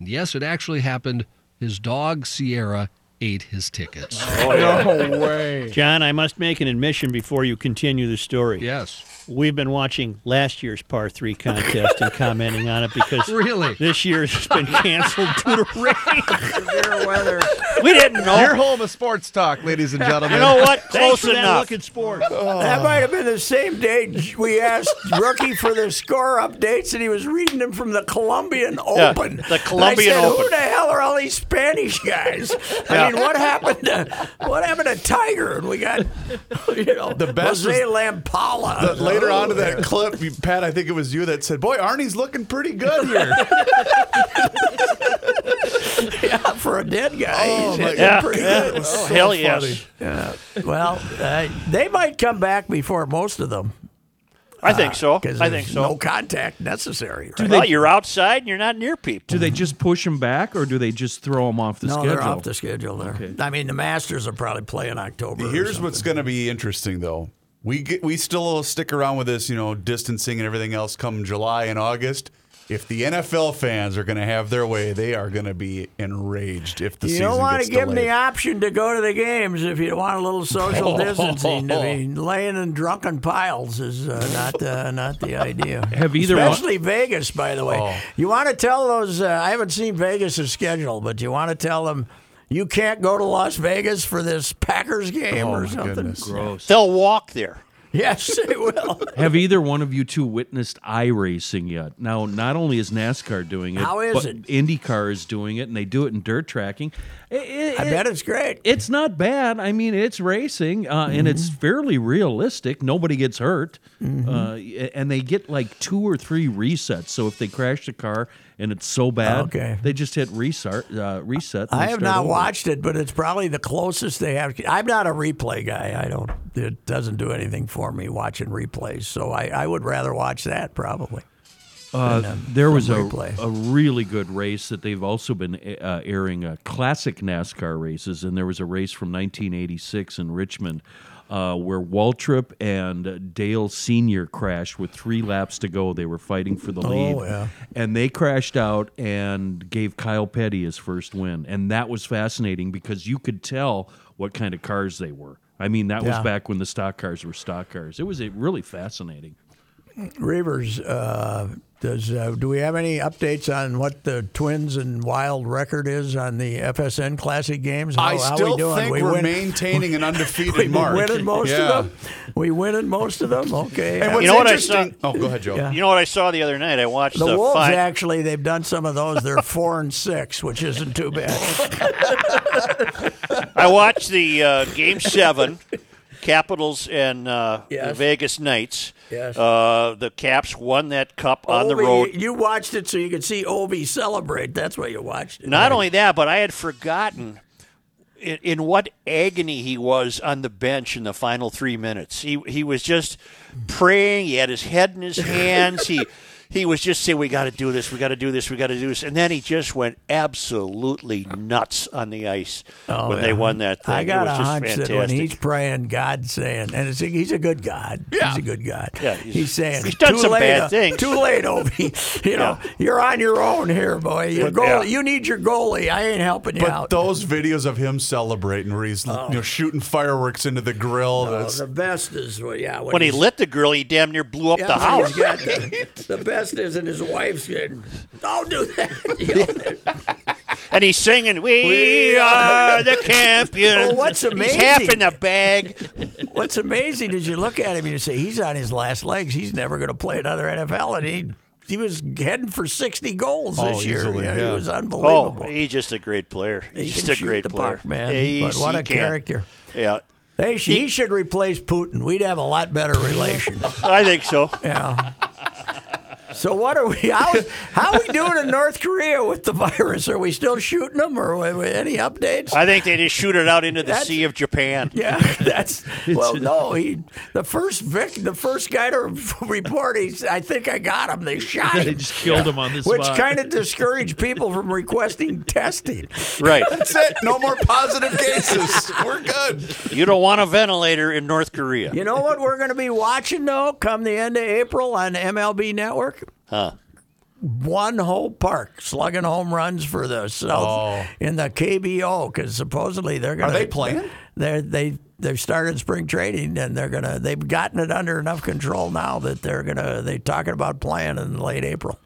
S6: yes, it actually happened. His dog, Sierra, ate his tickets.
S3: No way.
S7: Oh, John, I must make an admission before you continue the story.
S6: Yes.
S7: We've been watching last year's par three contest and commenting on it because
S6: *laughs* Really?
S7: this year's has been canceled due to rain.
S2: weather.
S1: We didn't know.
S3: Your home of sports talk, ladies and gentlemen.
S1: you know what?
S7: Thanks
S1: Close
S7: for that
S1: enough.
S7: look at sports.
S1: Oh.
S2: That might have been the same day
S1: *laughs*
S2: we asked Rookie for the score updates, and he was reading them from the Colombian Open.
S1: the Colombian
S2: And I said, Who
S1: Open.
S2: the hell are all these Spanish guys? I mean, what happened to what happened to Tiger? And we got *laughs* you know the
S3: best
S2: Jose
S3: was-
S2: Lampala.
S3: Later on to that clip, you, Pat, I think it was you that said, "Boy, Arnie's looking pretty
S2: *laughs*
S3: good here."
S2: *laughs* yeah, for a dead guy.
S3: Oh,
S2: he's
S3: my
S2: hitting
S3: God.
S2: it pretty good.
S3: was so
S1: Oh, Hell
S3: funny.
S1: yes.
S2: Well, uh, they might come back before most of them.
S1: I
S7: Ah,
S1: think so.
S2: Because
S1: I think so.
S2: No contact necessary. Right?
S1: well, you're outside and you're not near people.
S4: do they just push him back, or do they just throw him off the
S2: no,
S4: schedule?
S2: they're off the schedule there. I mean, the Masters are probably playing October. or
S3: Here's
S2: something.
S3: what's going to be interesting, though. We get, we still stick around with this, you know, distancing and everything else. Come July and August, if the NFL fans are going to have their way, they are going to be enraged if the
S2: You
S3: season
S2: don't want
S3: gets
S2: to give them
S3: delayed.
S2: the option to go to the games if you want a little *laughs* social distancing. I *laughs* mean, laying in drunken piles is uh, not uh, not the *laughs* idea.
S4: Have either one-
S2: especially Vegas, by the way. You want to tell those? Uh, I haven't seen Vegas' schedule, but you want to tell them you can't go to Las Vegas for this Packers game
S3: oh
S2: or
S3: my
S2: something.
S3: goodness.
S4: Gross.
S1: They'll walk there.
S2: *laughs* Yes, they will.
S4: Have either one of you two witnessed iRacing yet? Now, not only is NASCAR doing it,
S2: How is
S4: but
S2: it?
S4: IndyCar is doing it, and they do it in dirt tracking. I-
S2: *laughs* I bet it's great.
S4: it's not bad. I mean, it's racing uh, and it's
S2: Mm-hmm.
S4: fairly realistic. Nobody gets hurt. Uh, and they get like two or three resets. So if they crash the car and it's so bad,
S2: Okay.
S4: they just hit restart. Uh, reset. and
S2: I
S4: they
S2: have
S4: start
S2: not
S4: over.
S2: watched it, but it's probably the closest they have. I'm not a replay guy. I don't. It doesn't do anything for me watching replays. So I, I would rather watch that probably. um,
S4: Uh, there was a,
S2: some replay.
S4: a really good race that they've also been uh, airing uh, classic NASCAR races, and there was a race from 1986 in Richmond uh, where Waltrip and Dale Senior crashed with three laps to go. They were fighting for the lead,
S2: Oh, yeah.
S4: and they crashed out and gave Kyle Petty his first win, and that was fascinating because you could tell what kind of cars they were. I mean, that was
S2: Yeah.
S4: back when the stock cars were stock cars. It was uh, really eh, fascinating.
S2: Reavers, uh, does uh, do we have any updates on what the Twins and Wild record is on the FSN Classic games? How,
S3: I
S2: how
S3: still
S2: we doing?
S3: think
S2: we
S3: we are
S2: win-
S3: maintaining an
S2: *laughs*
S3: undefeated
S2: we
S3: mark.
S2: winning most
S3: Yeah.
S2: of them. We winning most of them. Okay. Uh,
S3: And what's
S1: You know what I
S3: interesting? oh, go ahead, Joe.
S1: You know what I saw the other night? I watched
S2: Uh-huh. the
S1: the
S2: Wolves
S1: fi-
S2: actually they've done some of those. They're *laughs* four and six, which isn't too bad.
S1: I watched the uh, game seven, *laughs* Capitals and uh,
S2: Yes.
S1: Vegas Knights.
S2: Yes. Oh,
S1: Uh, the Caps won that cup on the
S2: Obi,
S1: road.
S2: You watched it so you could see Obi celebrate. That's why you watched it.
S1: Not only that, but I had forgotten in, in what agony he was on the bench in the final three minutes. He he was just praying. He had his head in his hands.
S2: *laughs*
S1: he he was just saying, "We got to do this. We got to do this. We got to do this." And then he just went absolutely nuts on the ice when they won that thing.
S2: Oh, I
S1: it
S2: got a
S1: was just
S2: hunch
S1: fantastic.
S2: that when he's praying, God's saying, and it's, he's a good God. He's a good God.
S1: Yeah,
S2: he's,
S1: he's-
S2: saying,
S1: he's done
S2: too
S1: some
S2: late,
S1: bad
S2: uh,
S1: things."
S2: Too late, Obi. *laughs* you know, you're on your own here, boy. Your
S1: But-
S2: goalie,
S1: yeah.
S2: you need your goalie. I ain't helping you
S3: But
S2: out.
S3: those videos of him celebrating, where he's you know shooting fireworks into the grill,
S2: Oh,
S3: that's
S2: the best is well, yeah.
S1: when he
S2: he's-
S1: lit the grill, he damn near blew up
S2: yeah,
S1: the
S2: when
S1: house.
S2: he's got the, the best is, and his wife's getting, don't do
S1: *laughs*
S2: that. You know,
S1: And he's singing,
S2: *laughs*
S1: "We, are the champions."
S2: Well, Oh, what's
S1: He's half
S2: amazing-
S1: in the
S2: *laughs*
S1: bag.
S2: What's amazing is you look at him and you say, he's on his last legs. He's never going to play another NFL. And he, he was heading for 60 goals
S3: Oh,
S2: this year.
S3: easily,
S2: yeah, He
S3: yeah.
S2: was
S1: Oh,
S2: unbelievable.
S1: he's just a great player.
S2: He
S1: He's
S2: can
S1: just a
S2: shoot
S1: great
S2: the
S1: player,
S2: puck, man.
S1: Yes,
S2: But what
S1: he
S2: a
S1: can.
S2: character.
S1: Yeah,
S2: They sh- he should replace Putin. We'd have a lot better relation.
S1: I think so.
S2: yeah. So what are we? How, how we doing in North Korea with the virus? Are we still shooting them, or wa- wa- any updates?
S1: I think they just shoot it out into the
S2: That's-
S1: sea of
S2: *laughs*
S1: Japan.
S4: *laughs*
S2: yeah, that's well. No, he the first Vic, the first guy to *laughs* report. He's. I think I got him. They shot
S4: *laughs* They
S2: him,
S4: just killed him on this
S2: which
S4: spot.
S2: kind of discouraged people from requesting *laughs* testing.
S1: Right.
S3: *laughs* That's it. No more positive cases. We're good.
S1: You don't want a ventilator in North Korea.
S2: You know what we're going to be watching though, come the end of April on MLB Network.
S1: Huh.
S2: One whole park slugging home runs for the South
S3: Oh.
S2: in the KBO because supposedly they're going.
S3: Are they playing?
S2: They they they've started spring training and they're gonna they've gotten it under enough control now that they're gonna they talking about playing in late April.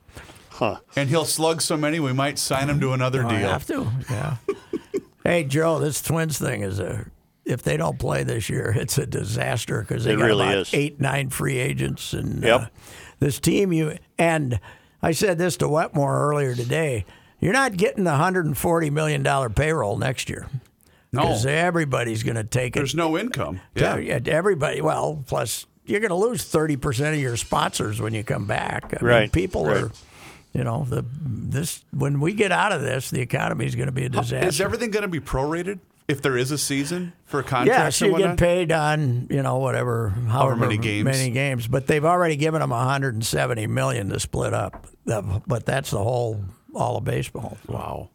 S3: And he'll slug so many, we might sign him to another
S2: I
S3: deal.
S2: Oh, have to. Yeah. *laughs* hey Joe, this Twins thing is a. If they don't play this year, *laughs* it's a disaster because they
S1: It
S2: got
S1: really
S2: about
S1: is.
S2: eight, nine free agents, and
S1: Yep.
S2: uh, this team you and I said this to Wetmore earlier today. You're not getting the 140 million dollar payroll next year
S3: No,
S2: because everybody's going to take it.
S3: there's no income.
S2: Yeah, yeah, everybody. Well, plus you're going to lose thirty percent of your sponsors when you come back. I mean,
S1: Right,
S2: people
S1: right.
S2: are, you know, the this when we get out of this, the economy is going to be a
S3: Is
S2: disaster.
S3: everything going to be prorated if there is a season for contracts
S2: yeah, so
S3: and
S2: you
S3: whatnot?
S2: get paid on you know whatever, however
S3: many games.
S2: many games. But they've already given them 170 million to split up. That- But that's the whole all of baseball. Wow.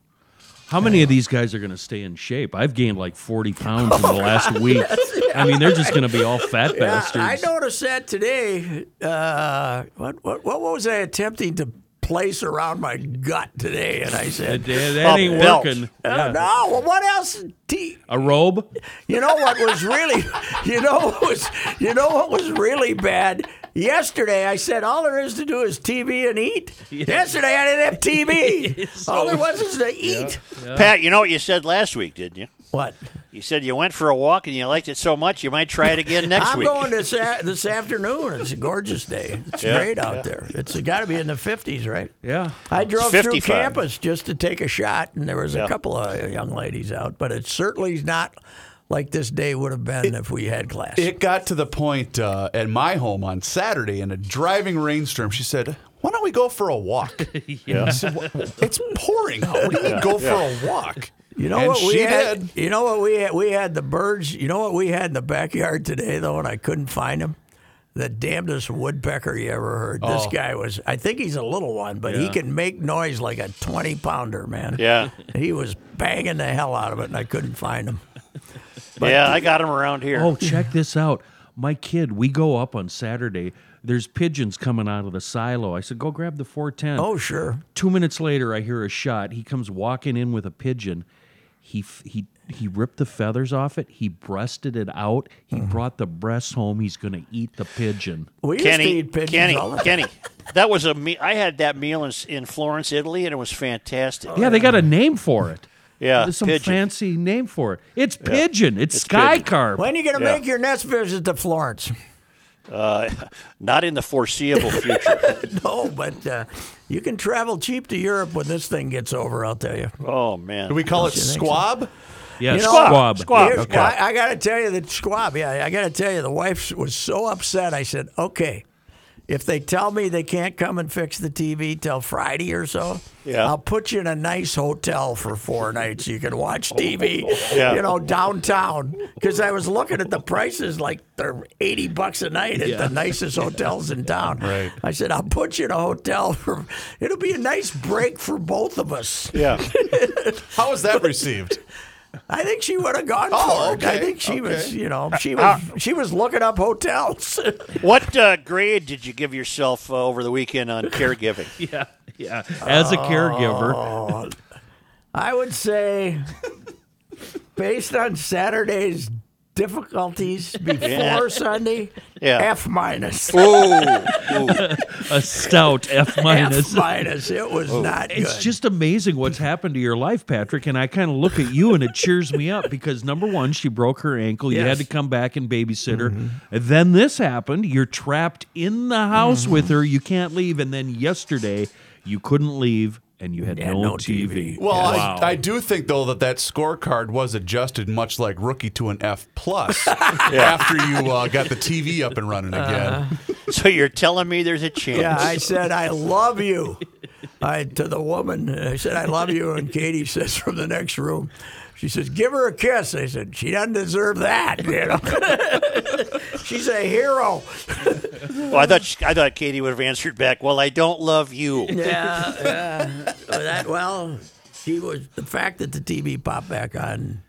S4: How many of these guys are going to stay in shape? I've gained like 40 pounds in the last week. I mean, they're just going to be all fat bastards.
S2: I noticed that today. Uh, what, what what was I attempting to place around my gut today? And I
S4: That,
S2: said,
S4: that- that
S1: A
S4: ain't
S1: belt.
S4: working.
S2: Oh, no. Well, what else? T-
S4: A robe?
S2: you know what was really, *laughs* you know what was, you know what was really bad. Yesterday, I said all there is to do is TV and eat. Yesterday, I didn't
S1: *laughs*
S2: have TV. all there was was to eat.
S1: Pat, you know what you said last week, didn't you?
S2: What?
S1: You said you went for a walk and you liked it so much you might try it again next
S2: I'm
S1: week.
S2: going this a- this afternoon. It's a gorgeous day. It's
S1: Yeah,
S2: great out there. It's got to be in the 50s, right?
S4: Yeah.
S2: I drove through
S1: 55.
S2: campus just to take a shot, and there was a
S1: Yeah.
S2: couple of young ladies out, but it certainly is not like this day would have been if we had class.
S3: It got to the point uh, at my home on Saturday in a driving rainstorm. She said, "Why don't we go for
S2: *laughs*
S3: a walk?" I said, "Wha- it's pouring out. What do you mean go for a walk?
S2: Oh, you know
S3: and
S2: what we
S3: she
S2: had?
S3: did.
S2: You know what we had? We had the birds. You know what we had in the backyard today, though, and I couldn't find him. The damnedest woodpecker you ever heard. This
S1: Oh.
S2: guy was. I think he's a little one, but he can make noise like a twenty pounder, man.
S1: Yeah.
S2: He was banging the hell out of it, and I couldn't find him.
S1: yeah, I got him around here.
S4: Oh, check this out. My kid, we go up on Saturday. There's pigeons coming out of the silo. I said, go grab the 410.
S2: Oh, sure.
S4: Two minutes later, I hear a shot. He comes walking in with a pigeon. He f- he he ripped the feathers off it. He breasted it out. He brought the breasts home. He's going to eat the pigeon.
S2: We used to
S1: Kenny,
S2: eat pigeons
S1: Kenny,
S2: all the time. *laughs*
S1: Kenny. That was a me- I had that meal in, in Florence, Italy, and it was fantastic.
S4: yeah, they got a name for it.
S1: Yeah,
S4: There's some
S1: pigeon.
S4: fancy name for it. It's pigeon. It's, sky
S1: pigeon.
S4: carp.
S2: When are you going to
S1: Yeah.
S2: make your next visit to Florence? *laughs*
S1: Uh, Not in the foreseeable future.
S2: *laughs* No, but uh, you can travel cheap to Europe when this thing gets over. I'll tell you.
S1: oh man.
S3: Do we call it squab?
S4: Yeah,
S2: You know-
S4: squab.
S1: Squab.
S2: Here's-
S1: Okay.
S2: I, got to tell you that squab. Yeah, I got to tell you, the wife was so upset. I said, "Okay, if they tell me they can't come and fix the TV till Friday or so,
S1: Yeah.
S2: I'll put you in a nice hotel for four nights. You can watch TV,
S1: Yeah.
S2: you know, downtown." Because I was looking at the prices, like they're eighty bucks a night at the nicest hotels in town.
S3: Right.
S2: I said, "I'll put you in a hotel for. It'll be a nice break for both of us."
S1: yeah.
S3: How was that received?
S2: I think she would have gone
S3: Oh,
S2: for it. I
S3: okay,
S2: think she was,
S3: okay.
S2: you know, she
S3: *laughs*
S2: was she was looking up hotels. *laughs*
S1: What uh, grade did you give yourself uh, over the weekend
S2: *laughs*
S1: on caregiving?
S4: Yeah, yeah. As a caregiver,
S2: I would say, based on Saturday's
S3: *laughs*
S2: difficulties before
S1: Yeah.
S2: Sunday,
S1: Yeah.
S2: F minus.
S1: Ooh, ooh.
S4: a stout F
S2: F
S4: minus.
S2: minus. It was
S3: Oh.
S2: not good.
S4: It's just amazing what's happened to your life, Patrick. And I kind of look at you and it cheers me up because number one, she broke her ankle. You
S2: Yes.
S4: had to come back and babysit her. And then this happened. You're trapped in the house with her. You can't leave. And then yesterday, you couldn't leave and you had no,
S2: no
S4: TV.
S3: Well,
S4: Wow.
S3: I, I do think though that that scorecard was adjusted much like rookie to an F plus after you uh, got the TV up and running again.
S1: So you're telling me there's a chance?
S2: Yeah, I said
S4: *laughs*
S2: I love you. I to the woman. I said I love you, and Katie *laughs* says from the next room, she says give her a kiss. I said she doesn't deserve that. You know, *laughs* she's a hero.
S1: Well, I thought she, I thought Katie would have answered back. Well, I don't love you.
S2: Yeah, yeah. Well, That well, she was the fact that the TV popped back on.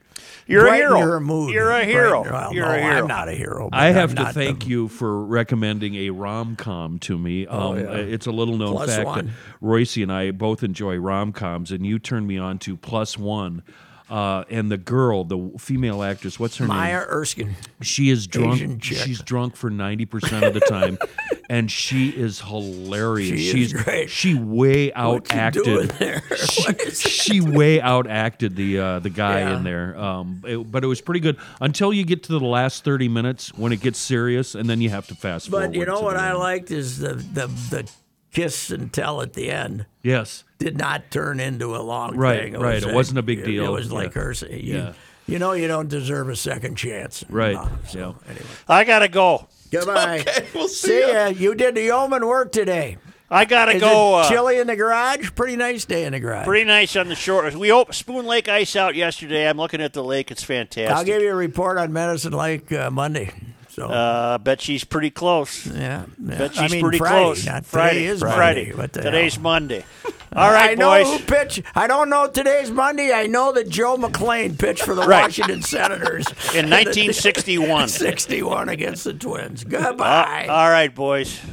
S1: You're a
S2: brightened
S1: hero.
S2: Her mood
S1: You're a
S2: Brightened-
S1: hero.
S2: well,
S1: You're
S2: no,
S1: a hero.
S2: I'm not a hero. but
S4: I
S2: I'm
S4: have to
S2: not the-
S4: thank you for recommending a rom com to me. Um, uh, It's a little known
S2: Oh, Plus
S4: fact
S2: One.
S4: that Royce and I both enjoy rom coms, and you turned me on to Plus One. Uh, and the girl, the female actress, what's her name?
S2: Maya Erskine.
S4: She is drunk.
S2: Asian chick.
S4: She's drunk for ninety percent of
S2: *laughs*
S4: the time, and she is hilarious.
S2: She is
S4: She's
S2: great.
S4: She way out
S2: What you doing
S4: acted.
S2: there?
S4: *laughs* She,
S2: *laughs* What is
S4: she way out acted the uh, the guy
S2: Yeah.
S4: in there. Um, it- but it was pretty good until you get to the last thirty minutes when it gets serious, and then you have to fast forward.
S2: But you know
S4: to
S2: what
S4: the
S2: I
S4: end.
S2: liked is the the the kiss and tell at the end.
S4: Yes.
S2: did not turn into a long
S4: Right,
S2: thing.
S4: right. It wasn't a big
S2: it- It
S4: deal.
S2: was like
S4: Yeah.
S2: her. You,
S4: Yeah.
S2: you know, you don't deserve a second chance.
S4: Right.
S2: No.
S4: yeah.
S1: I gotta go. *laughs*
S2: Goodbye.
S3: Okay, we'll see
S2: ya. You did the yeoman work today.
S1: I gotta
S2: Is
S1: go.
S2: it
S1: uh,
S2: chilly in the garage? Pretty nice day in the garage.
S1: pretty nice on the shore. We op- Spoon Lake ice out yesterday. I'm looking at the lake. It's fantastic.
S2: I'll give you a report on Medicine Lake uh, Monday. So
S1: Uh, bet she's pretty close.
S2: yeah, yeah.
S1: Bet she's
S2: I mean,
S1: pretty
S2: Friday,
S1: close.
S2: Not
S1: Friday
S2: today is
S1: Friday.
S2: Monday. What the
S1: Today's
S2: hell?
S1: Monday. All right,
S2: *laughs* I know
S1: boys.
S2: who pitched. I don't know today's Monday. I know that Joe McLean pitched for
S1: *laughs*
S2: the
S1: Right.
S2: Washington Senators *laughs*
S1: In 1961.
S2: 61 against the Twins.
S1: Uh,
S2: Goodbye.
S1: all right, boys.